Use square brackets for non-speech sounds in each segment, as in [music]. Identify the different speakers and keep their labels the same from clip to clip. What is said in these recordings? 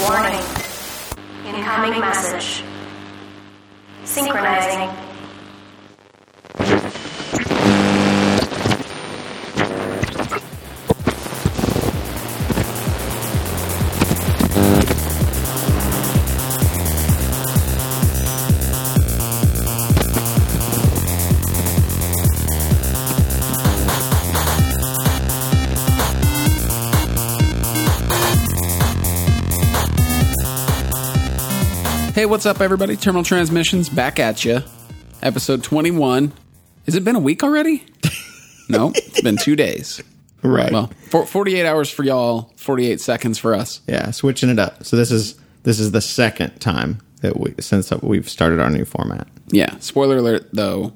Speaker 1: Warning. Incoming message. Synchronizing.
Speaker 2: Hey, what's up, everybody? Terminal Transmissions back at you. Episode 21. Has it been a
Speaker 3: [laughs]
Speaker 2: week already? no, it's been two days.
Speaker 3: Right.
Speaker 2: Well, for, 48 hours for y'all, 48 seconds for us.
Speaker 3: yeah, switching it up. So this is this is the second time that we since we've started our new format.
Speaker 2: Yeah. Spoiler alert, though,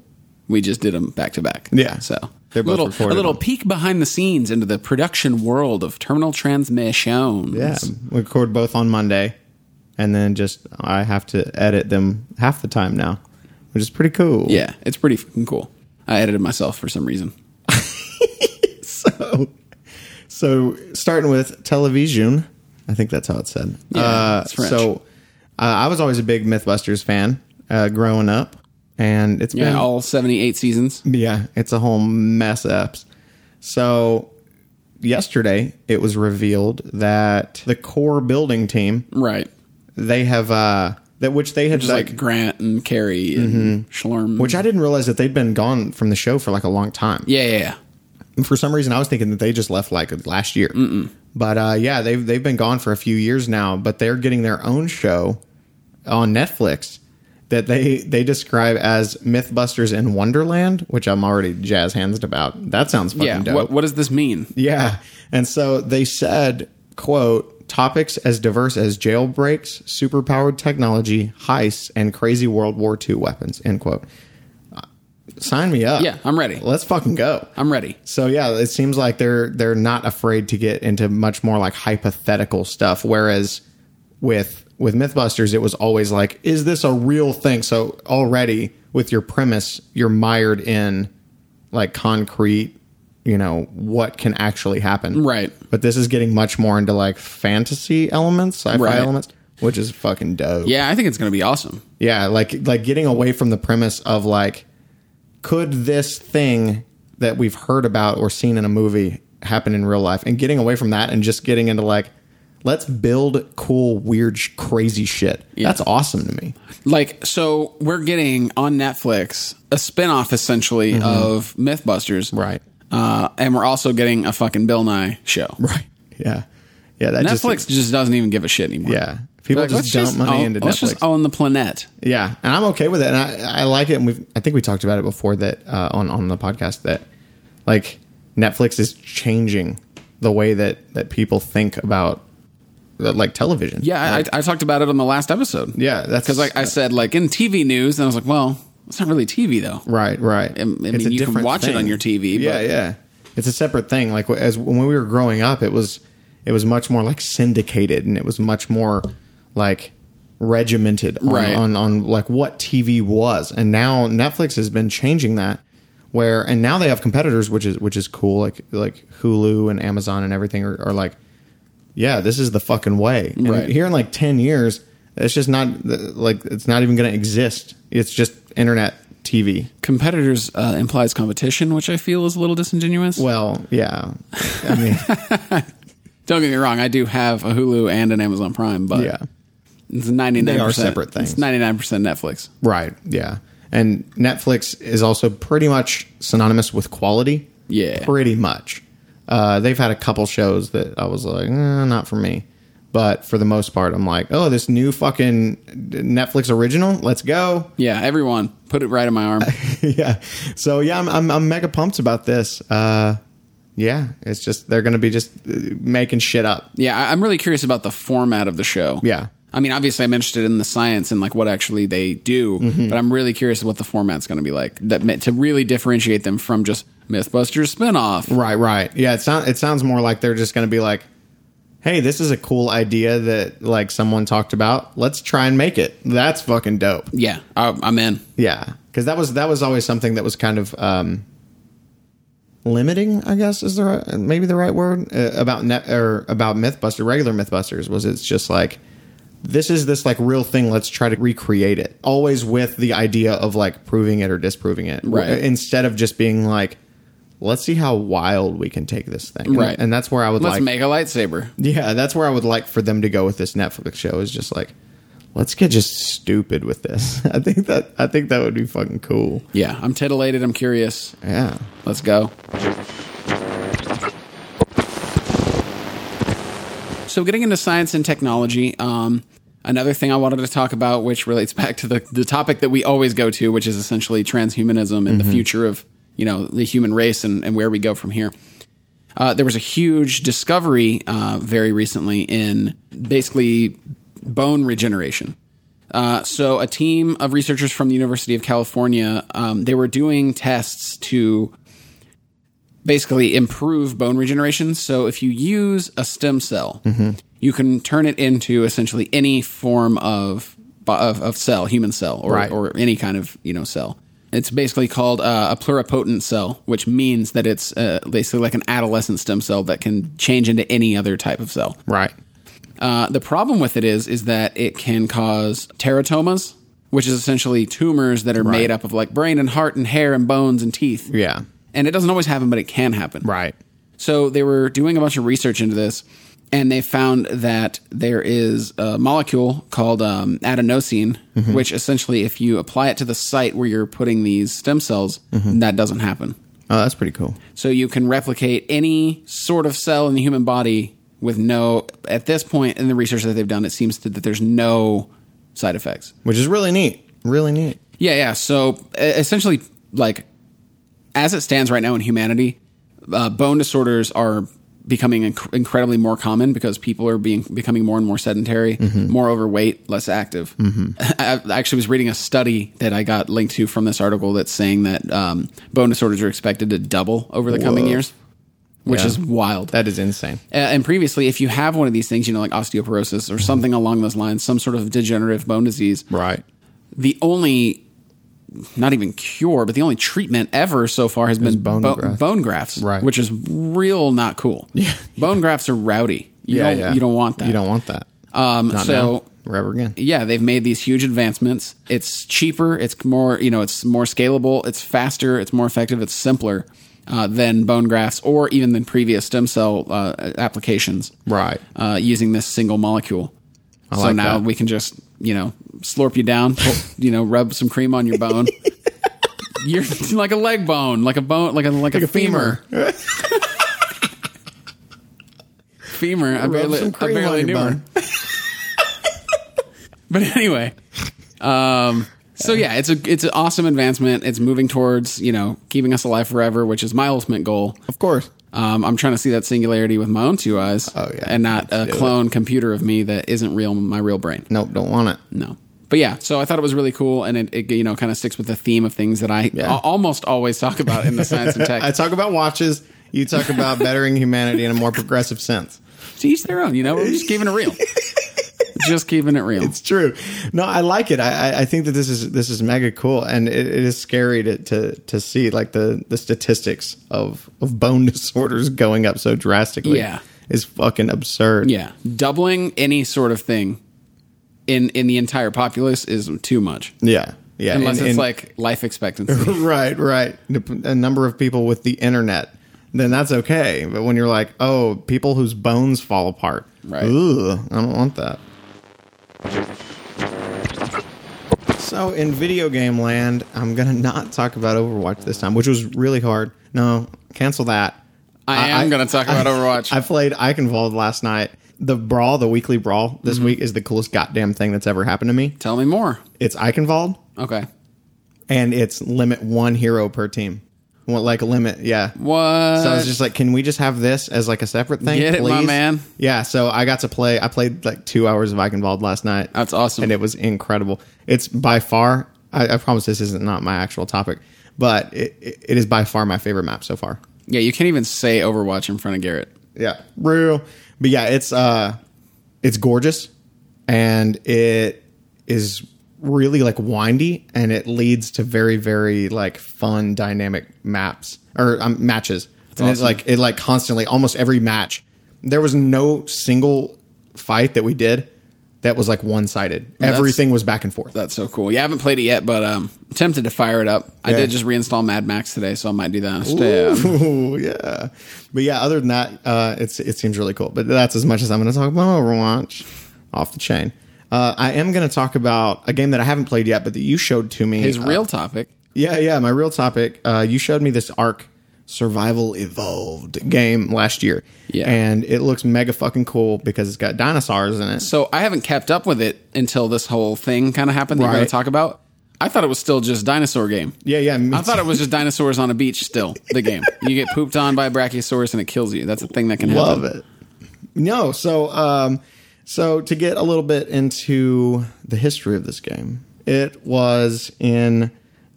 Speaker 2: we just did them back to back.
Speaker 3: Yeah.
Speaker 2: So
Speaker 3: They're both
Speaker 2: little, a
Speaker 3: recorded
Speaker 2: little
Speaker 3: on-
Speaker 2: peek behind the scenes into the production world of Terminal Transmissions.
Speaker 3: Yeah, we record both on Monday, and then just I have to edit them half the time now, which is pretty cool.
Speaker 2: Yeah, it's pretty fucking cool. I edited myself for some reason.
Speaker 3: So, so starting with television, I think that's how it's said.
Speaker 2: Yeah,
Speaker 3: uh,
Speaker 2: it's French.
Speaker 3: So, uh, I was always a big MythBusters fan uh, growing up, and it's
Speaker 2: Yeah,
Speaker 3: been
Speaker 2: all 78 seasons.
Speaker 3: Yeah, it's a whole mess ups. So yesterday it was revealed that the core building team
Speaker 2: Right.
Speaker 3: they have uh that which they had
Speaker 2: Just like, Grant and Carrie and Schlorm.
Speaker 3: Mm-hmm. which I didn't realize that they'd been gone from the show for like a long time.
Speaker 2: Yeah, yeah, yeah.
Speaker 3: And for some reason I was thinking that they just left like last year. But uh yeah, they've they've been gone for a few years now, but they're getting their own show on Netflix that they they describe as Mythbusters in Wonderland, which I'm already jazz hands about. That sounds fucking
Speaker 2: yeah
Speaker 3: dope.
Speaker 2: what, what does this mean
Speaker 3: Yeah. And so they said, quote, topics as diverse as jailbreaks, superpowered technology, heists, and crazy World War II weapons, end quote. Uh, Sign me up.
Speaker 2: yeah i'm ready
Speaker 3: Let's fucking go.
Speaker 2: i'm ready
Speaker 3: So yeah, it seems like they're they're not afraid to get into much more like hypothetical stuff. Whereas with with MythBusters, it was always like, is this a real thing? So already with your premise, you're mired in like concrete, you know, what can actually happen.
Speaker 2: Right.
Speaker 3: But this is getting much more into like fantasy elements, sci-fi
Speaker 2: Right.
Speaker 3: elements, which is fucking dope.
Speaker 2: yeah i think it's gonna be awesome
Speaker 3: Yeah, like like getting away from the premise of like, could this thing that we've heard about or seen in a movie happen in real life, and getting away from that and just getting into like, let's build cool, weird, sh- crazy shit. That's awesome to me.
Speaker 2: like so we're getting on netflix a spin-off essentially of mythbusters
Speaker 3: Mm-hmm. Right.
Speaker 2: uh, and we're also getting a fucking bill nye show
Speaker 3: [laughs] Right. Yeah. Yeah. That
Speaker 2: netflix
Speaker 3: Just,
Speaker 2: just, doesn't even give a shit anymore
Speaker 3: yeah. People
Speaker 2: Like, let's
Speaker 3: just dump money
Speaker 2: own-
Speaker 3: into
Speaker 2: let's
Speaker 3: Netflix.
Speaker 2: just own the planet
Speaker 3: Yeah, and I'm okay with it, and I, I like it. And we I think we talked about it before that uh, on on the podcast that like Netflix is changing the way that that people think about uh, like television.
Speaker 2: yeah I, I, I talked about it on the last episode
Speaker 3: yeah, that's
Speaker 2: because like i said like in tv news and i was like well it's not really tv though
Speaker 3: right, right.
Speaker 2: I mean, you can watch it on your TV,
Speaker 3: Yeah,
Speaker 2: but-
Speaker 3: yeah, it's a separate thing. Like as when we were growing up, it was it was much more like syndicated, and it was much more like regimented on,
Speaker 2: Right.
Speaker 3: on on like what TV was. And now Netflix has been changing that where and now they have competitors which is which is cool like like Hulu and Amazon and everything are, are like yeah, this is the fucking way. And
Speaker 2: Right.
Speaker 3: here in like 10 years, it's just not like it's not even going to exist. It's just internet TV.
Speaker 2: competitors uh, implies competition which i feel is a little disingenuous
Speaker 3: Well, yeah. I mean, [laughs]
Speaker 2: don't get me wrong i do have a hulu and an amazon prime but
Speaker 3: yeah.
Speaker 2: It's ninety nine.
Speaker 3: They are separate
Speaker 2: It's
Speaker 3: things.
Speaker 2: ninety nine percent Netflix.
Speaker 3: Right. Yeah. And Netflix is also pretty much synonymous with quality.
Speaker 2: Yeah.
Speaker 3: Pretty much. Uh, they've had a couple shows that I was like, eh, not for me. But for the most part, I'm like, oh, this new fucking Netflix original, let's go. [laughs]
Speaker 2: Yeah, everyone put it right in my arm.
Speaker 3: yeah. So yeah, I'm, I'm I'm mega pumped about this. Uh, yeah, it's just they're gonna be just uh, making shit up.
Speaker 2: yeah, I, I'm really curious about the format of the show.
Speaker 3: Yeah.
Speaker 2: I mean, obviously, I'm interested in the science and like what actually they do,
Speaker 3: Mm-hmm.
Speaker 2: but I'm really curious what the format's going to be like that meant to really differentiate them from just MythBusters spinoff.
Speaker 3: Right, right. Yeah, it sounds it sounds more like they're just gonna be like, hey, this is a cool idea that like someone talked about. Let's try and make it. That's fucking dope.
Speaker 2: Yeah, I, I'm in.
Speaker 3: Yeah, because that was that was always something that was kind of um, limiting. I guess is the right, maybe the right word uh, about net or about MythBuster regular MythBusters was it's just like this is this like real thing let's try to recreate it always with the idea of like proving it or disproving it Uh,
Speaker 2: Right.
Speaker 3: instead of just being like let's see how wild we can take this thing
Speaker 2: Right.
Speaker 3: and that's where i would
Speaker 2: Let's
Speaker 3: like
Speaker 2: make a lightsaber.
Speaker 3: yeah that's where i would like for them to go with this netflix show is just like let's get just stupid with this [laughs] i think that i think that would be fucking cool
Speaker 2: Yeah, I'm titillated. I'm curious.
Speaker 3: yeah
Speaker 2: Let's go. So, getting into science and technology, um, another thing I wanted to talk about, which relates [laughs] back to the, the topic that we always go to, which is essentially transhumanism and the future of you know the human race and, and where we go from here. Uh, there was a huge discovery uh, very recently in basically bone regeneration. Uh, so a team of researchers from the University of California, um, they were doing tests to basically improve bone regeneration. So if you use a stem cell, you can turn it into essentially any form of bo- of, of cell, human cell, or
Speaker 3: Right.
Speaker 2: or any kind of you know cell. It's basically called uh, a pluripotent cell, which means that it's uh, basically like an adolescent stem cell that can change into any other type of cell.
Speaker 3: right
Speaker 2: Uh, the problem with it is is that it can cause teratomas, which is essentially tumors that are made up of like brain and heart and hair and bones and teeth.
Speaker 3: yeah
Speaker 2: And it doesn't always happen, but it can happen.
Speaker 3: right
Speaker 2: So they were doing a bunch of research into this, and they found that there is a molecule called um, adenosine, which essentially, if you apply it to the site where you're putting these stem cells, that doesn't happen.
Speaker 3: oh that's pretty cool
Speaker 2: So you can replicate any sort of cell in the human body with no. At this point in the research that they've done, it seems that there's no side effects.
Speaker 3: which is really neat really neat
Speaker 2: Yeah, yeah. So e- essentially, like as it stands right now in humanity, uh, bone disorders are becoming inc- incredibly more common because people are being becoming more and more sedentary,
Speaker 3: Mm-hmm.
Speaker 2: more overweight, less active. [laughs] I, I actually was reading a study that I got linked to from this article that's saying that um, bone disorders are expected to double over the coming
Speaker 3: Whoa.
Speaker 2: years, which
Speaker 3: Yeah.
Speaker 2: is wild.
Speaker 3: that is insane
Speaker 2: Uh, and previously, if you have one of these things, you know, like osteoporosis or something along those lines, some sort of degenerative bone disease,
Speaker 3: Mm-hmm. right
Speaker 2: the only not even cure, but the only treatment ever so far has been
Speaker 3: bone
Speaker 2: bo-
Speaker 3: graft.
Speaker 2: bone grafts,
Speaker 3: Right.
Speaker 2: Which is real
Speaker 3: [laughs]
Speaker 2: not cool. Yeah, bone grafts are rowdy. You
Speaker 3: yeah,
Speaker 2: don't,
Speaker 3: yeah
Speaker 2: you don't want that.
Speaker 3: you don't want that
Speaker 2: Um,
Speaker 3: Not
Speaker 2: so
Speaker 3: now. Or ever again
Speaker 2: yeah, they've made these huge advancements. It's cheaper. It's more you know. It's more scalable. It's faster. It's more effective. It's simpler uh, than bone grafts or even than previous stem cell uh, applications.
Speaker 3: Right.
Speaker 2: Uh, using this single molecule. so
Speaker 3: like
Speaker 2: now
Speaker 3: that.
Speaker 2: we can just you know slurp you down. pull- you know, rub some cream on
Speaker 3: [laughs]
Speaker 2: your bone. You're [laughs] like a leg bone, like a bone, like a like, a,
Speaker 3: a femur.
Speaker 2: femur. Femur. I barely,
Speaker 3: some
Speaker 2: I
Speaker 3: cream
Speaker 2: barely
Speaker 3: on your
Speaker 2: knew her.
Speaker 3: bone.
Speaker 2: [laughs] But anyway, um, so yeah, it's a it's an awesome advancement. It's moving towards you know keeping us alive forever, which is my ultimate goal.
Speaker 3: Of course.
Speaker 2: Um, I'm trying to see that singularity with my own two eyes,
Speaker 3: Oh, yeah.
Speaker 2: and not
Speaker 3: Let's
Speaker 2: a
Speaker 3: do
Speaker 2: clone computer of me that isn't real, my real brain.
Speaker 3: Nope, don't want it.
Speaker 2: No. But yeah, so I thought it was really cool, and it, it you know kind of sticks with the theme of things that I
Speaker 3: Yeah.
Speaker 2: al- almost always talk about in the science
Speaker 3: [laughs]
Speaker 2: and
Speaker 3: I
Speaker 2: tech.
Speaker 3: talk about watches. You talk
Speaker 2: [laughs]
Speaker 3: about bettering humanity in a more progressive sense.
Speaker 2: to each their own, you know. We're just keeping
Speaker 3: [laughs]
Speaker 2: it real, just keeping it real.
Speaker 3: It's true. No, I like it. I, I- I think that this is this is mega cool, and it, it is scary to, to to see like the the statistics of of bone [laughs] disorders going up so drastically.
Speaker 2: Yeah.
Speaker 3: is fucking absurd.
Speaker 2: yeah, doubling any sort of thing in in the entire populace is too much,
Speaker 3: yeah, yeah.
Speaker 2: unless
Speaker 3: And-
Speaker 2: it's
Speaker 3: and-
Speaker 2: like life expectancy.
Speaker 3: [laughs] right, right. The- A number of people with the internet, then that's okay. But when you're like, oh, people whose bones fall apart,
Speaker 2: Right.
Speaker 3: Ugh, I don't want that. So in video game land, I'm gonna [laughs] not talk about Overwatch this time, which was really hard. No, cancel that.
Speaker 2: I am gonna talk about Overwatch.
Speaker 3: I played Iconvolved last night. The brawl, the weekly brawl this week is the coolest goddamn thing that's ever happened to me.
Speaker 2: Tell me more.
Speaker 3: It's Iconvolved
Speaker 2: Okay.
Speaker 3: and it's limit one hero per team. What like a limit? Yeah.
Speaker 2: What?
Speaker 3: So I was just like, can we just have this as like a separate thing?
Speaker 2: Get it, my
Speaker 3: please?
Speaker 2: man.
Speaker 3: Yeah. So I got to play. I played like two hours of Eichenwald last night.
Speaker 2: That's awesome.
Speaker 3: and it was incredible. It's by far. I, I promise this isn't not my actual topic, but it, it, it is by far my favorite map so far.
Speaker 2: yeah, you can't even say Overwatch in front of Garrett.
Speaker 3: Yeah, real. But yeah, it's uh, it's gorgeous, and it is really like windy, and it leads to very very like fun dynamic maps or um, matches. and it's
Speaker 2: awesome.
Speaker 3: like it like constantly almost every match. There was no single fight that we did that was like one sided. Everything was back and forth.
Speaker 2: That's so cool. Yeah, I haven't played it yet, but um, I'm tempted to fire it up. I
Speaker 3: Yeah.
Speaker 2: did just reinstall Mad Max today, so I might do that instead.
Speaker 3: Ooh, yeah. But yeah, other than that, uh, it's it seems really cool. But that's as much as I'm going to talk about Overwatch. Off the chain. Uh, I am going to talk about a game that I haven't played yet, but that you showed to me.
Speaker 2: [laughs] His
Speaker 3: Uh,
Speaker 2: real topic.
Speaker 3: yeah, yeah. My real topic. Uh, you showed me this Arc Survival Evolved game last year.
Speaker 2: Yeah.
Speaker 3: And it looks mega fucking cool because it's got dinosaurs in it.
Speaker 2: So I haven't kept up with it until this whole thing kind of happened that you're going
Speaker 3: Right.
Speaker 2: to talk about. I thought it was still just dinosaur game.
Speaker 3: Yeah, yeah. me
Speaker 2: I thought it was just dinosaurs on a beach still, the game. You get pooped on by a brachiosaurus and it kills you. That's a thing that can happen.
Speaker 3: Love it. No, so um, so to get a little bit into the history of this game, it was in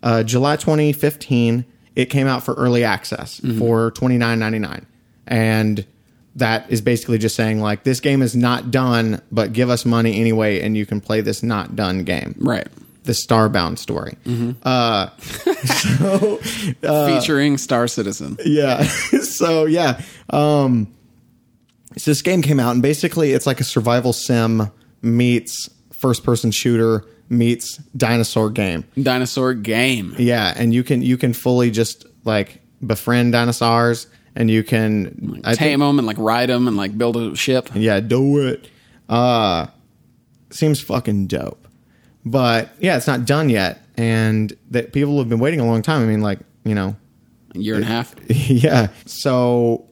Speaker 3: uh, July 2015. It came out for early access for 29.99, and that is basically just saying like this game is not done, but give us money anyway, and you can play this not done game.
Speaker 2: Right.
Speaker 3: The Starbound story. Uh,
Speaker 2: Featuring Star Citizen.
Speaker 3: yeah [laughs] so yeah um so this game came out and basically it's like a survival sim meets first person shooter meets dinosaur game
Speaker 2: Dinosaur game.
Speaker 3: yeah and you can you can fully just like befriend dinosaurs and you can I think-
Speaker 2: Tame them and like ride them and like build a ship.
Speaker 3: yeah, do it. Uh seems fucking dope. But yeah, it's not done yet. And that people have been waiting a long time. I mean, like, you know,
Speaker 2: A year and a half.
Speaker 3: [laughs] yeah. So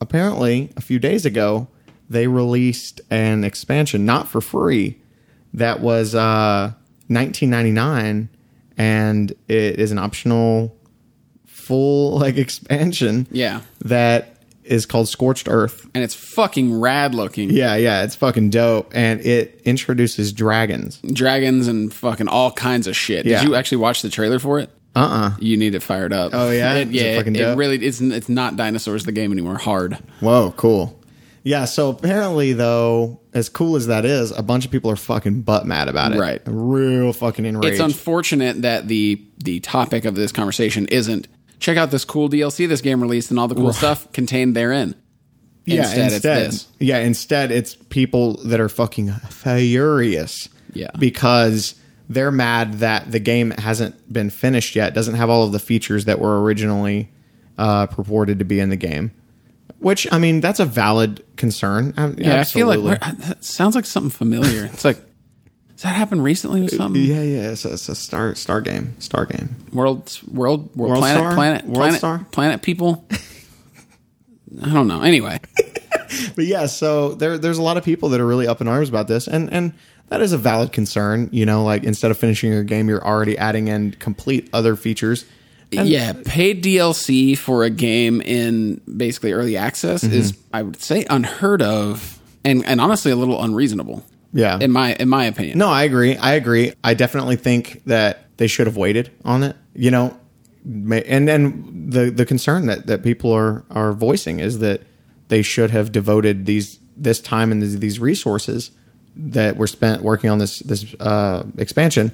Speaker 3: apparently, a few days ago, they released an expansion, not for free, that was uh, 19.99, and it is an optional full [laughs] like expansion.
Speaker 2: Yeah.
Speaker 3: that is called Scorched Earth.
Speaker 2: And it's fucking rad looking.
Speaker 3: Yeah, yeah, it's fucking dope, and it introduces dragons.
Speaker 2: Dragons and fucking all kinds of shit.
Speaker 3: Yeah.
Speaker 2: Did you actually watch the trailer for it?
Speaker 3: Uh uh
Speaker 2: You need it fired up.
Speaker 3: Oh, yeah?
Speaker 2: It,
Speaker 3: Is
Speaker 2: yeah.
Speaker 3: it
Speaker 2: It,
Speaker 3: fucking
Speaker 2: it
Speaker 3: dope?
Speaker 2: really it's it's not dinosaurs the game anymore. Hard.
Speaker 3: Whoa, cool. Yeah, so apparently though, as cool as that is, a bunch of people are fucking butt mad about it.
Speaker 2: Right.
Speaker 3: Real fucking enraged.
Speaker 2: It's unfortunate that the the topic of this conversation isn't check out this cool DLC this game released and all the cool stuff contained therein. it's this.
Speaker 3: Yeah, instead it's people that are fucking furious.
Speaker 2: Yeah.
Speaker 3: Because they're mad that the game hasn't been finished yet, doesn't have all of the features that were originally uh, purported to be in the game. Which I mean, that's a valid concern. I,
Speaker 2: Yeah, I feel like we're- that sounds like something familiar. It's like does that happen recently with something?
Speaker 3: Uh, yeah, yeah. It's a, it's a star star game, star game.
Speaker 2: World, world, world,
Speaker 3: World
Speaker 2: planet,
Speaker 3: Star?
Speaker 2: planet,
Speaker 3: World
Speaker 2: planet,
Speaker 3: Star?
Speaker 2: planet people. I don't know. Anyway,
Speaker 3: But yeah, so there there's a lot of people that are really up in arms about this, and and that is a valid concern. You know, like instead of finishing your game, you're already adding in complete other features. And-
Speaker 2: yeah, paid DLC for a game in basically early access
Speaker 3: Mm-hmm.
Speaker 2: is, I would say, unheard of, and and honestly, a little unreasonable.
Speaker 3: Yeah.
Speaker 2: in my in my opinion.
Speaker 3: No, I agree. I agree. I definitely think that they should have waited on it. You know, ma- and then the the concern that that people are are voicing is that they should have devoted these this time and these, these resources that were spent working on this this uh, expansion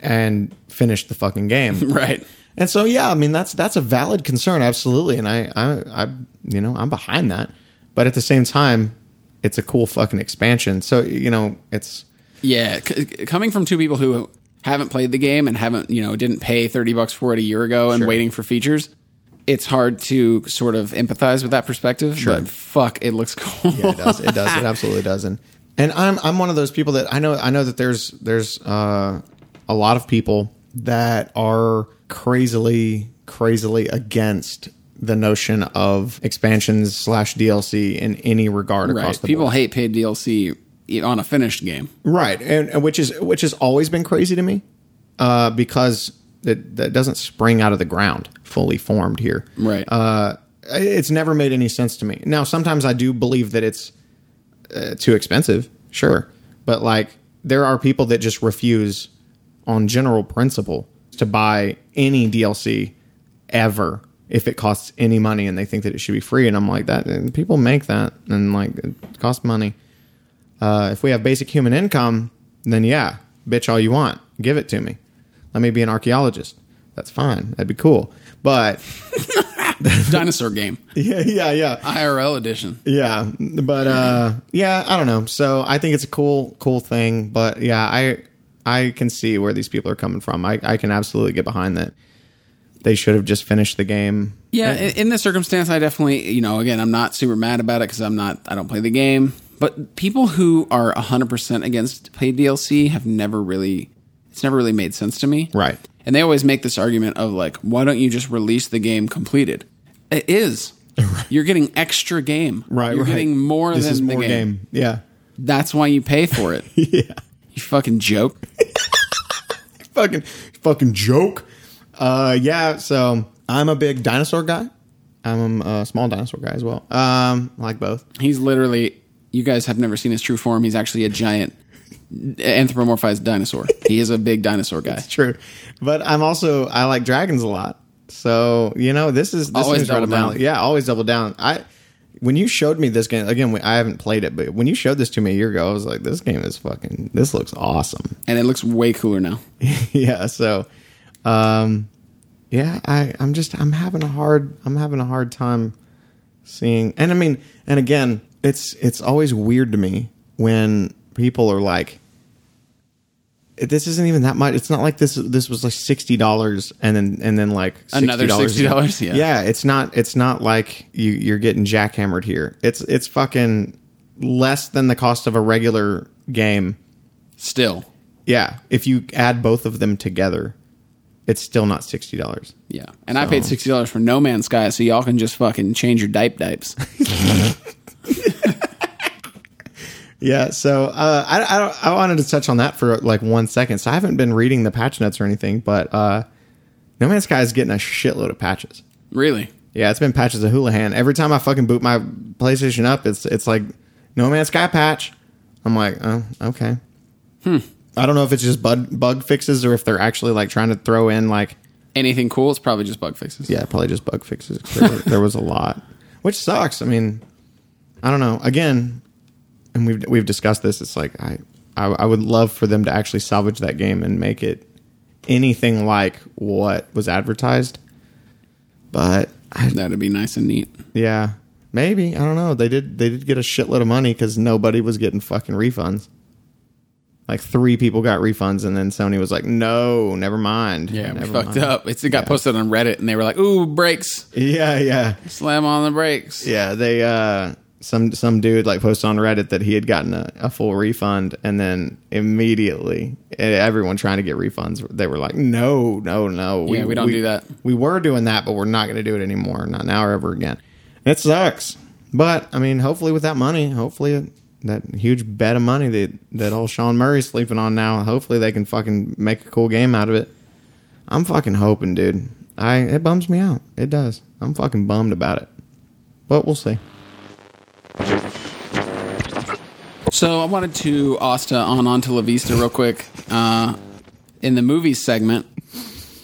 Speaker 3: and finished the fucking game.
Speaker 2: [laughs] [laughs] right?
Speaker 3: And so, yeah, I mean that's that's a valid concern, absolutely, and I, I, I, you know, I'm behind that. But at the same time, it's a cool fucking expansion. So you know, it's
Speaker 2: Yeah, c- c- coming from two people who haven't played the game and haven't, you know, didn't pay 30 bucks for it a year ago and waiting for features, it's hard to sort of empathize with that perspective. Sure. But fuck, it looks [laughs] cool.
Speaker 3: yeah, it does,
Speaker 2: [laughs]
Speaker 3: it does, it absolutely does. And and I'm I'm one of those people that I know I know that there's there's uh, a lot of people that are crazily crazily against the notion of expansions slash DLC in any regard across
Speaker 2: right.
Speaker 3: the
Speaker 2: People
Speaker 3: board.
Speaker 2: hate paid DLC on a finished
Speaker 3: [laughs]
Speaker 2: game.
Speaker 3: right and, and which is which has always been crazy to me uh, because that that doesn't spring out of the ground fully formed here
Speaker 2: Right.
Speaker 3: uh, it's never made any sense to me now sometimes i do believe that it's uh, too expensive sure but like there are people that just refuse on general principle to buy any dlc ever if it costs any money and they think that it should be free and i'm like that and people make that and like it costs money uh, if we have basic human income, then yeah, bitch, all you want, give it to me. Let me be an archaeologist. That's fine. That'd be cool. But
Speaker 2: dinosaur game,
Speaker 3: [laughs] yeah, yeah, yeah.
Speaker 2: IRL edition.
Speaker 3: Yeah, but uh, yeah, I don't know. So I think it's a cool, cool thing. But yeah, I I can see where these people are coming from. I, I can absolutely get behind that. They should have just finished the game.
Speaker 2: Yeah, in, in this circumstance, I definitely, you know, again, I'm not super mad about it because I'm not, I don't play the game. But people who are 100% against paid DLC have never really, it's never really made sense to me.
Speaker 3: Right.
Speaker 2: And they always make this argument of like, why don't you just release the game completed?
Speaker 3: [laughs]
Speaker 2: It is. You're getting extra game.
Speaker 3: Right.
Speaker 2: You're
Speaker 3: right.
Speaker 2: getting more
Speaker 3: This
Speaker 2: than
Speaker 3: is
Speaker 2: the
Speaker 3: more
Speaker 2: game.
Speaker 3: game. Yeah. [laughs]
Speaker 2: That's why you pay for it. yeah. You fucking joke.
Speaker 3: fucking fucking joke. Uh, yeah. So I'm a big dinosaur guy. I'm a small dinosaur guy as well. Um, I like both.
Speaker 2: He's literally. You guys have never seen his true form. He's actually a giant anthropomorphized dinosaur. He is a big dinosaur guy.
Speaker 3: True, but I'm also I like dragons a lot. So you know this is this
Speaker 2: Always
Speaker 3: seems right
Speaker 2: double
Speaker 3: up my
Speaker 2: down.
Speaker 3: alley. Yeah, always double down. I when you showed me this game again, I haven't played it, but when you showed this to me a year ago, I was like, this game is fucking. This looks awesome.
Speaker 2: And it looks way cooler now.
Speaker 3: [laughs] yeah. So, um, yeah, I I'm just I'm having a hard I'm having a hard time seeing. And I mean, and again, it's it's always weird to me when people are like this isn't even that much. It's not like this. This was like sixty dollars, and then and then like $60
Speaker 2: Another $60,
Speaker 3: [laughs]
Speaker 2: yeah.
Speaker 3: yeah. It's not. It's not like you you're getting jackhammered here. It's it's fucking less than the cost of a regular game.
Speaker 2: Still.
Speaker 3: Yeah, if you add both of them together, it's still not sixty dollars.
Speaker 2: Yeah. And I paid $60 for No Man's Sky, so y'all can just fucking change your
Speaker 3: [laughs]
Speaker 2: dipe dipes.
Speaker 3: Yeah, so uh, I I, don't, I wanted to touch on that for like one second. So I haven't been reading the patch notes or anything, but uh, No Man's Sky is getting a shitload of patches.
Speaker 2: really?
Speaker 3: Yeah, it's been patches of Houlihan. Every time I fucking boot my PlayStation up, it's it's like No Man's Sky patch. I'm like, oh, okay. Hmm. I don't know if it's just bug bug fixes or if they're actually like trying to throw in like
Speaker 2: Anything cool? It's probably just bug fixes.
Speaker 3: Yeah, probably just bug fixes. 'cause There, there was a lot, which sucks. I mean, I don't know. Again, and we've we've discussed this. It's like I, I I would love for them to actually salvage that game and make it anything like what was advertised. But I,
Speaker 2: That'd be nice and neat.
Speaker 3: yeah, maybe I don't know. They did they did get a shitload of money because nobody was getting fucking refunds. Like three people got refunds, and then Sony was like, "No, never mind."
Speaker 2: Yeah, we
Speaker 3: never
Speaker 2: fucked
Speaker 3: mind."
Speaker 2: up. It's, it got posted on Reddit, and they were like, ooh, brakes.
Speaker 3: [laughs] Yeah, yeah.
Speaker 2: Slam on the brakes.
Speaker 3: Yeah, they uh some some dude like posted on Reddit that he had gotten a, a full refund and then immediately eh, everyone trying to get refunds they were like no no no
Speaker 2: Yeah, we don't do that.
Speaker 3: we were doing that but we're not going to do it anymore not now or ever again it sucks but I mean hopefully with that money hopefully it, that huge bet of money that that old Sean Murray's sleeping on now hopefully they can fucking make a cool game out of it I'm fucking hoping dude I it bums me out it does I'm fucking bummed about it but we'll see.
Speaker 2: So I wanted to Asta on on to La Vista real quick uh, in the movies segment.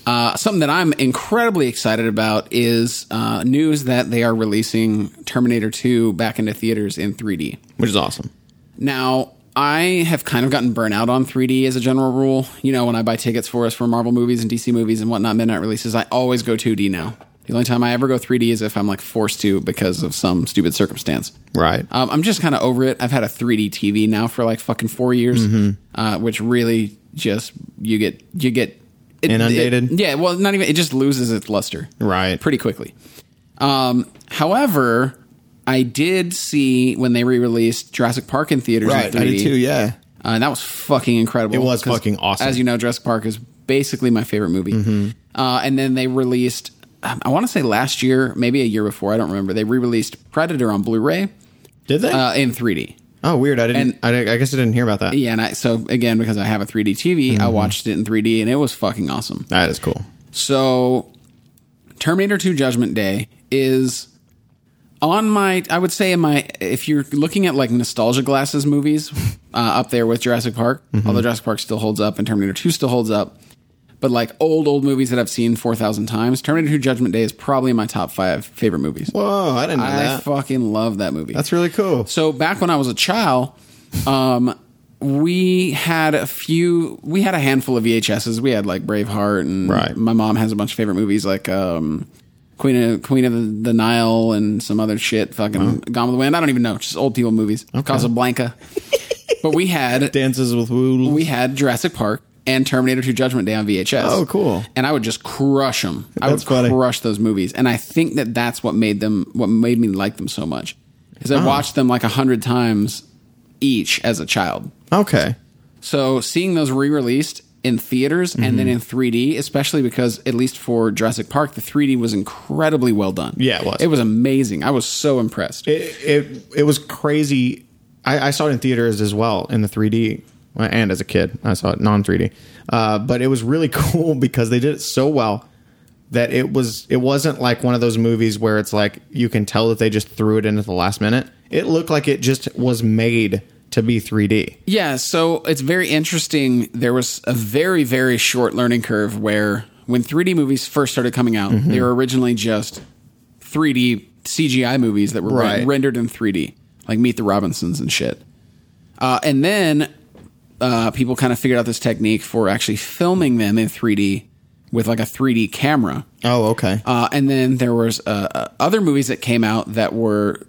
Speaker 2: Uh, something that I'm incredibly excited about is uh, news that they are releasing Terminator 2 back into theaters in 3D.
Speaker 3: which is awesome.
Speaker 2: Now, I have kind of gotten burnt out on 3D as a general rule. You know, when I buy tickets for us for Marvel movies and DC movies and whatnot, midnight releases, I always go 2D now. The only time I ever go 3D is if I'm like forced to because of some stupid circumstance.
Speaker 3: Right.
Speaker 2: Um, I'm just kind of over it. I've had a 3D TV now for like fucking four years,
Speaker 3: Mm-hmm.
Speaker 2: uh, which really just you get you get it,
Speaker 3: Inundated?
Speaker 2: it- yeah, well, not even it just loses its luster
Speaker 3: right.
Speaker 2: pretty quickly. Um, however, I did see when they re-released Jurassic Park in theaters.
Speaker 3: Right.
Speaker 2: in
Speaker 3: I
Speaker 2: 3D,
Speaker 3: did too. Yeah.
Speaker 2: uh, and that was fucking incredible.
Speaker 3: It was
Speaker 2: 'cause,
Speaker 3: fucking awesome. Mm-hmm.
Speaker 2: As you know, Jurassic Park is basically my favorite movie. Uh, and then they released, um, I want to say last year, maybe a year before, I don't remember. They re-released Predator on Blu-ray
Speaker 3: Did they?
Speaker 2: uh, in 3D.
Speaker 3: oh, weird. I didn't.
Speaker 2: and-
Speaker 3: I, didn't- I guess I didn't hear about that.
Speaker 2: Yeah, and I, so again, because I have a 3D TV,
Speaker 3: Mm-hmm.
Speaker 2: I watched it in 3D, and it was fucking awesome.
Speaker 3: That is cool.
Speaker 2: So, Terminator 2 Judgment Day is on my, I would say, in my, if you're looking at like nostalgia glasses
Speaker 3: [laughs]
Speaker 2: movies, uh, up there with Jurassic Park,
Speaker 3: Mm-hmm.
Speaker 2: although Jurassic Park still holds up and Terminator 2 still holds up, but like old, old movies that I've seen 4,000 times, Terminator 2 Judgment Day is probably my top five favorite movies.
Speaker 3: Whoa, I didn't know
Speaker 2: I
Speaker 3: that.
Speaker 2: fucking love that movie.
Speaker 3: That's really cool.
Speaker 2: So back when I was a child, um, we had a few. We had a handful of VHSs. We had like Braveheart, and
Speaker 3: Right.
Speaker 2: my mom has a bunch of favorite movies like um, Queen of Queen of the Nile and some other shit. Fucking Gone with the Wind. I don't even know. Just old people movies. Casablanca. but we had
Speaker 4: Dances with Wolves.
Speaker 2: we had Jurassic Park and Terminator 2 Judgment Day on VHS.
Speaker 4: Oh, cool.
Speaker 2: And I would just crush them. I would
Speaker 4: That's funny.
Speaker 2: crush those movies, and I think that that's what made them what made me like them so much because
Speaker 4: Ah.
Speaker 2: I watched them like a hundred times each as a child.
Speaker 3: Okay.
Speaker 2: So seeing those re-released in theaters and
Speaker 4: Mm-hmm.
Speaker 2: then in 3D, especially because at least for Jurassic Park, the 3D was incredibly well done.
Speaker 3: Yeah, it was.
Speaker 2: It was amazing. I was so impressed.
Speaker 3: It it, it was crazy. I, I saw it in theaters as well in the 3D and as a kid I saw it non 3D. Uh, but it was really [laughs] cool because they did it so well that it was it wasn't like one of those movies where it's like you can tell that they just threw it in at the last minute. It looked like it just was made to be 3D.
Speaker 2: Yeah, so it's very interesting. There was a very, very short learning curve where when 3D movies first started coming out, they were originally just 3D CGI movies that were ren-
Speaker 3: Right.
Speaker 2: rendered in 3D, like Meet the Robinsons and shit. Uh, and then uh, people kind of figured out this technique for actually filming them in 3D with like a 3D camera.
Speaker 3: Oh, okay.
Speaker 2: Uh, and then there was uh, uh, other movies that came out that were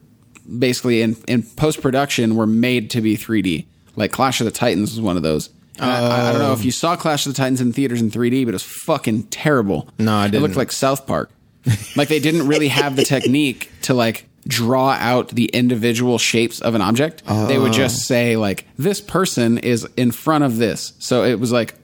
Speaker 2: basically in, in post production were made to be 3D. Like Clash of the Titans was one of those. And I, I don't know if you saw Clash of the Titans in theaters in 3D, but it was fucking terrible.
Speaker 3: No, I
Speaker 2: It looked
Speaker 3: didn't.
Speaker 2: like South Park. like they didn't really have the technique to like draw out the individual shapes of an object. They would
Speaker 3: Oh.
Speaker 2: just say like this person is in front of this. So it was like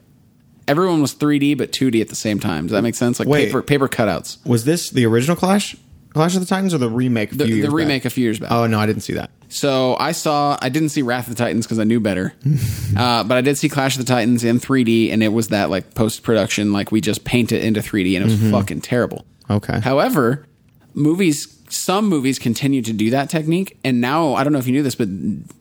Speaker 2: everyone was 3D but 2D at the same time. Does that make sense? Like
Speaker 3: Wait.
Speaker 2: paper paper cutouts.
Speaker 3: was this the original Clash? Clash of the Titans or the remake? a
Speaker 2: The,
Speaker 3: few
Speaker 2: the
Speaker 3: years
Speaker 2: remake
Speaker 3: back?
Speaker 2: a few years back.
Speaker 3: Oh no, I didn't see that.
Speaker 2: So I saw, I didn't see Wrath of the Titans because I
Speaker 3: [laughs]
Speaker 2: knew better, uh, but I did see Clash of the Titans in 3D, and it was that like post production, like we just paint it into 3D, and it was fucking terrible.
Speaker 3: Mm-hmm. Okay.
Speaker 2: However, movies, some movies continue to do that technique, and now I don't know if you knew this, but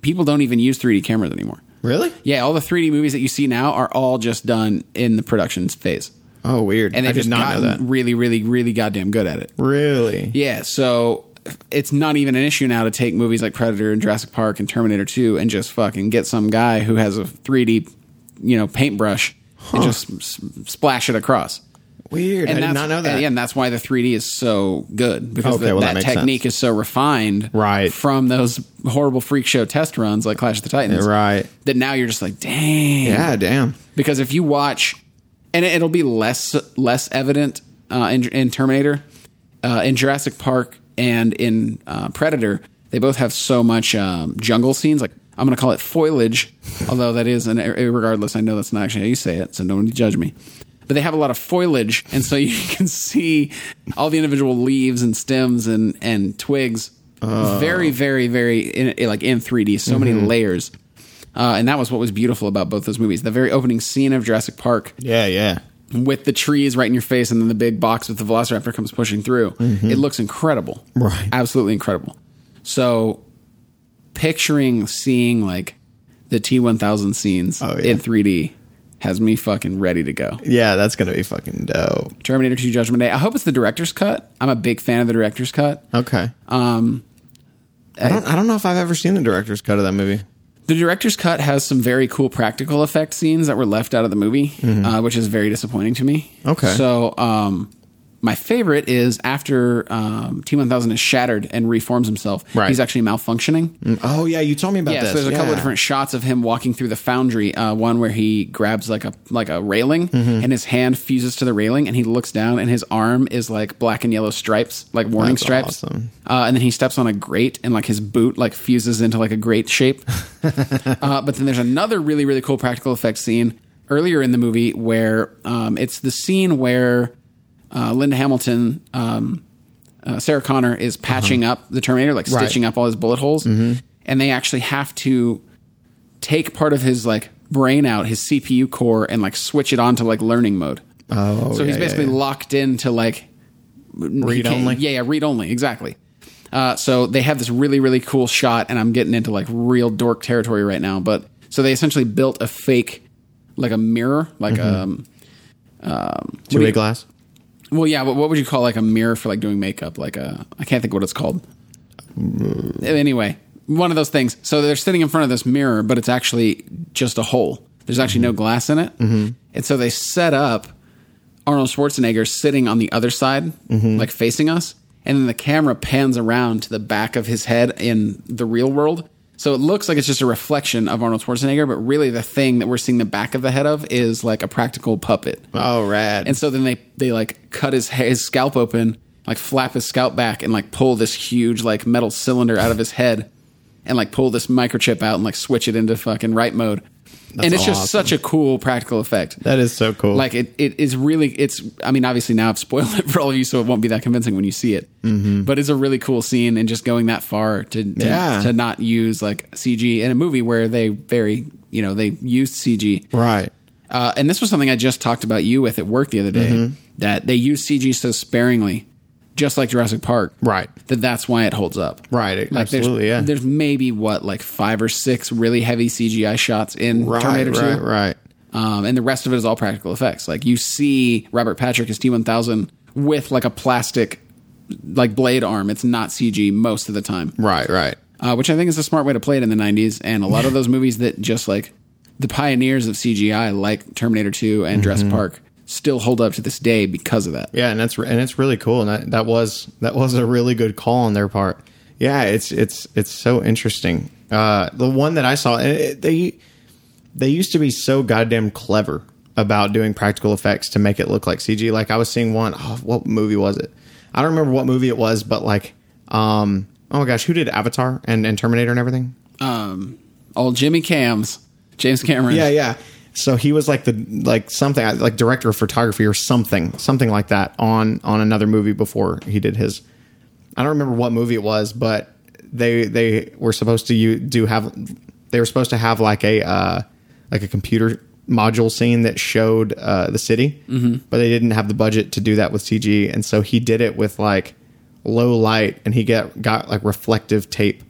Speaker 2: people don't even use 3D cameras anymore.
Speaker 3: Really?
Speaker 2: Yeah, all the 3D movies that you see now are all just done in the production phase,
Speaker 3: Oh, weird.
Speaker 2: and
Speaker 3: I
Speaker 2: they've
Speaker 3: did
Speaker 2: just
Speaker 3: not know
Speaker 2: gotten
Speaker 3: that.
Speaker 2: really, really, really goddamn good at it.
Speaker 3: Really?
Speaker 2: Yeah, so it's not even an issue now to take movies like Predator and Jurassic Park and Terminator 2 and just fucking get some guy who has a 3D, you know, paintbrush and just s- splash it across.
Speaker 3: Weird.
Speaker 2: And
Speaker 3: I did
Speaker 2: that's-
Speaker 3: not know that.
Speaker 2: Yeah, and that's why the 3D is so good because
Speaker 3: Okay,
Speaker 2: the-
Speaker 3: well, that
Speaker 2: that,
Speaker 3: makes
Speaker 2: technique
Speaker 3: sense.
Speaker 2: is so refined
Speaker 3: Right.
Speaker 2: from those horrible freak show test runs like Clash of the Titans.
Speaker 3: Right.
Speaker 2: That now you're just like, dang
Speaker 3: Yeah, damn.
Speaker 2: because if you watch, and it- it'll be less less evident uh, in, in Terminator, uh, in Jurassic Park, and in uh, Predator, they both have so much um, jungle scenes. Like I'm going to call it foliage, although that is, and regardless, I know that's not actually how you say it, so no one judge me. But they have a lot of foliage, and so [laughs] you can see all the individual leaves and stems and and twigs. very, very, very in, like in 3D. So many layers. Uh, and that was what was beautiful about both those movies. The very opening scene of Jurassic Park
Speaker 3: Yeah, yeah.
Speaker 2: with the trees right in your face and then the big box with the velociraptor comes pushing through. It looks incredible.
Speaker 3: Mm-hmm. Right.
Speaker 2: Absolutely incredible. So picturing seeing like the T1000 scenes
Speaker 3: Oh, yeah.
Speaker 2: in 3D has me fucking ready to go.
Speaker 3: Yeah, that's gonna be fucking dope.
Speaker 2: Terminator 2 Judgment Day. I hope it's the director's cut. I'm a big fan of the director's cut.
Speaker 3: Okay. Um I don't I don't know if I've ever seen the director's cut of that movie.
Speaker 2: The director's cut has some very cool practical effect scenes that were left out of the movie, uh, which is very disappointing to me.
Speaker 3: Mm-hmm. Okay.
Speaker 2: So, um, my favorite is after um, T1000 is shattered and reforms himself,
Speaker 3: Right.
Speaker 2: he's actually malfunctioning.
Speaker 3: Oh yeah, you told me about
Speaker 2: Yeah, so there's a couple of different shots of him walking through the foundry. Uh, one where he grabs like a like a railing,
Speaker 3: Mm-hmm.
Speaker 2: and his hand fuses to the railing, and he looks down, and his arm is like black and yellow stripes, like warning
Speaker 3: That's
Speaker 2: stripes.
Speaker 3: awesome.
Speaker 2: Uh, and then he steps on a grate, and like his boot like fuses into like a grate shape.
Speaker 3: [laughs]
Speaker 2: uh, but then there's another really really cool practical effects scene earlier in the movie where um, it's the scene where uh, Linda Hamilton. Um, uh, Sarah Connor is patching up the Terminator, like
Speaker 3: Right.
Speaker 2: stitching up all his bullet holes, and they actually have to take part of his like brain out, his CPU core, and like switch it on to like learning mode.
Speaker 3: Oh,
Speaker 2: so he's
Speaker 3: yeah, yeah,
Speaker 2: basically
Speaker 3: yeah.
Speaker 2: locked into like he
Speaker 3: Read
Speaker 2: can't-
Speaker 3: only?
Speaker 2: Yeah, yeah, read only, exactly. Uh, so they have this really really cool shot, and I'm getting into like real dork territory right now. But so they essentially built a fake, like a mirror, like
Speaker 3: Mm-hmm.
Speaker 2: um,
Speaker 3: Two way glass.
Speaker 2: well, yeah. What, what would you call like a mirror for like doing makeup? Like a I can't think what it's called. Anyway, one of those things. So they're sitting in front of this mirror, but it's
Speaker 3: Mm-hmm.
Speaker 2: actually just a hole. There's actually no glass in it, and so they set up Arnold Schwarzenegger sitting on the other side,
Speaker 3: Mm-hmm.
Speaker 2: like facing us, and then the camera pans around to the back of his head in the real world. So it looks like it's just a reflection of Arnold Schwarzenegger, but really the thing that we're seeing the back of the head of is like a practical puppet.
Speaker 3: Oh, rad.
Speaker 2: And so then they they like cut his ha- his scalp open, like flap his scalp back, and like pull this huge like metal cylinder out of his head, and like pull this microchip out and like switch it into fucking right mode. and it's just
Speaker 3: awesome.
Speaker 2: such a cool practical effect.
Speaker 3: that is so cool.
Speaker 2: Like it, it is really. It's. I mean, obviously now I've spoiled [laughs] it for all of you, so it won't be that convincing when you see it. But it's a really cool scene, and just going that far to to,
Speaker 3: Mm-hmm. Yeah.
Speaker 2: to not use like CG in a movie where they very you know they used CG
Speaker 3: right.
Speaker 2: uh, and this was something I just talked about you with at work the other day
Speaker 3: Mm-hmm.
Speaker 2: that they use CG so sparingly, just like Jurassic Park,
Speaker 3: Right.
Speaker 2: That that's why it holds up,
Speaker 3: Right, it- absolutely, yeah.
Speaker 2: There's, There's maybe what like five or six really heavy CGI shots in
Speaker 3: Right.
Speaker 2: Terminator
Speaker 3: right.
Speaker 2: Two,
Speaker 3: Right.
Speaker 2: Um, and the rest of it is all practical effects. Like you see Robert Patrick as T1000 with like a plastic like blade arm. It's not CG most of the time
Speaker 3: Right. Right.
Speaker 2: uh, which I think is a smart way to play it in the 90s. And a lot of those movies that just like the pioneers of CGI, like Terminator 2 and Jurassic Park, still hold up to this day because of that.
Speaker 3: Mm-hmm. Yeah, and that's and it's really cool, and that, that was that was a really good call on their part. Yeah, it's it's it's so interesting. Uh, the one that I saw, and it, they they used to be so goddamn clever about doing practical effects to make it look like CG. Like I was seeing one, oh, what movie was it? I don't remember what movie it was, but like, um, oh my gosh, who did Avatar and, and Terminator and everything?
Speaker 2: All Jimmy Cams, James Cameron.
Speaker 3: Yeah, yeah. So he was like the like something like director of photography or something, something like that on on another movie before he did his. I don't remember what movie it was, but they they were supposed to you do have they were supposed to have like a uh like a computer module scene that showed uh the city, but they didn't have the budget to do that with CG, and so he did it with like low light, and he get got like reflective tape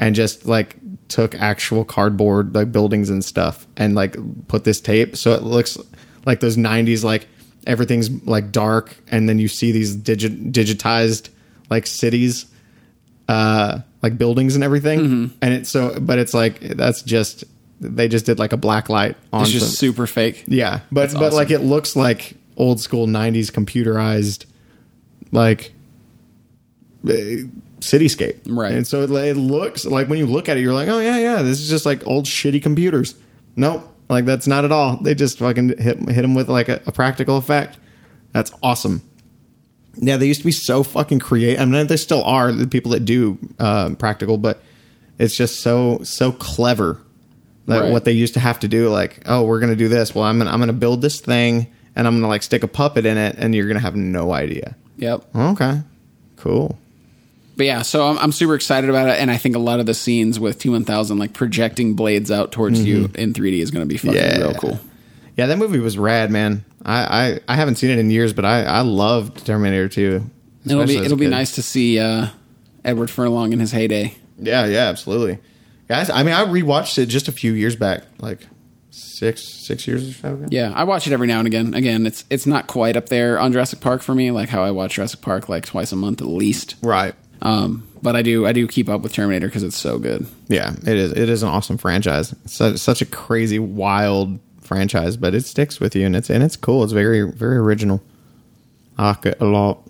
Speaker 3: and just like took actual cardboard like buildings and stuff and like put this tape so it looks like those 90s like everything's like dark and then you see these digit digitized like cities uh like buildings and everything
Speaker 2: Mm-hmm.
Speaker 3: and it's so but it's like that's just they just did like a black light on
Speaker 2: It's just
Speaker 3: some-
Speaker 2: super fake.
Speaker 3: yeah, but but
Speaker 2: awesome.
Speaker 3: like it looks like old school '90s computerized, like uh, cityscape,
Speaker 2: Right.
Speaker 3: And so it, it looks like when you look at it, you're like, oh yeah, yeah, this is just like old shitty computers. Nope, like that's not at all. They just fucking hit hit them with like a, a practical effect. That's awesome. Yeah, they used to be so fucking creative. I mean, they still are the people that do uh, practical, but it's just so so clever like
Speaker 2: Right.
Speaker 3: what they used to have to do. Like, oh, we're gonna do this. Well, I'm gonna, I'm gonna build this thing, and I'm gonna like stick a puppet in it, and you're gonna have no idea.
Speaker 2: Yep.
Speaker 3: Okay, cool.
Speaker 2: But yeah, so I'm, I'm super excited about it. And I think a lot of the scenes with T1000, like projecting blades out towards you in 3D, is going to be fucking
Speaker 3: Mm-hmm. Yeah.
Speaker 2: real cool.
Speaker 3: Yeah, that movie was rad, man. I I, I haven't seen it in years, but I I loved Terminator 2.
Speaker 2: It'll
Speaker 3: especially
Speaker 2: be,
Speaker 3: as a
Speaker 2: it'll be
Speaker 3: kid.
Speaker 2: nice to see uh, Edward Furlong in his heyday.
Speaker 3: Yeah, yeah, absolutely, guys. I mean, I rewatched it just a few years back, like six six years or so. Ago.
Speaker 2: Yeah, I watch it every now and again. Again, it's it's not quite up there on Jurassic Park for me, like how I watch Jurassic Park like twice a month at least.
Speaker 3: Right.
Speaker 2: Um, but I do I do keep up with Terminator because it's so good.
Speaker 3: Yeah, it is. It is an awesome franchise. It's such, such a crazy, wild franchise, but it sticks with you, and it's and it's cool. It's very, very original. I like it a lot.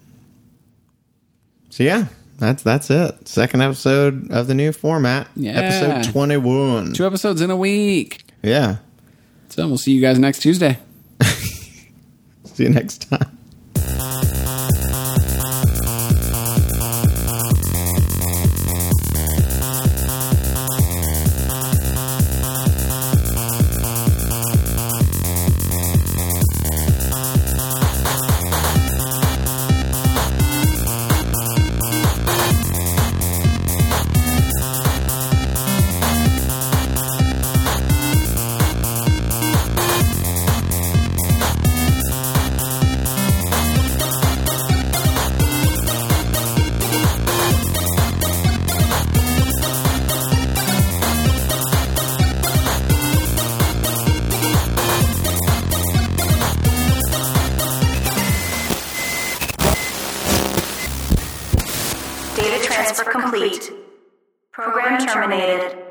Speaker 3: So yeah, that's that's it. Second episode of the new format.
Speaker 2: Yeah.
Speaker 3: episode twenty one.
Speaker 2: Two episodes in a week.
Speaker 3: Yeah.
Speaker 2: So we'll see you guys next Tuesday.
Speaker 3: See you next time.
Speaker 1: Data transfer complete. Program terminated.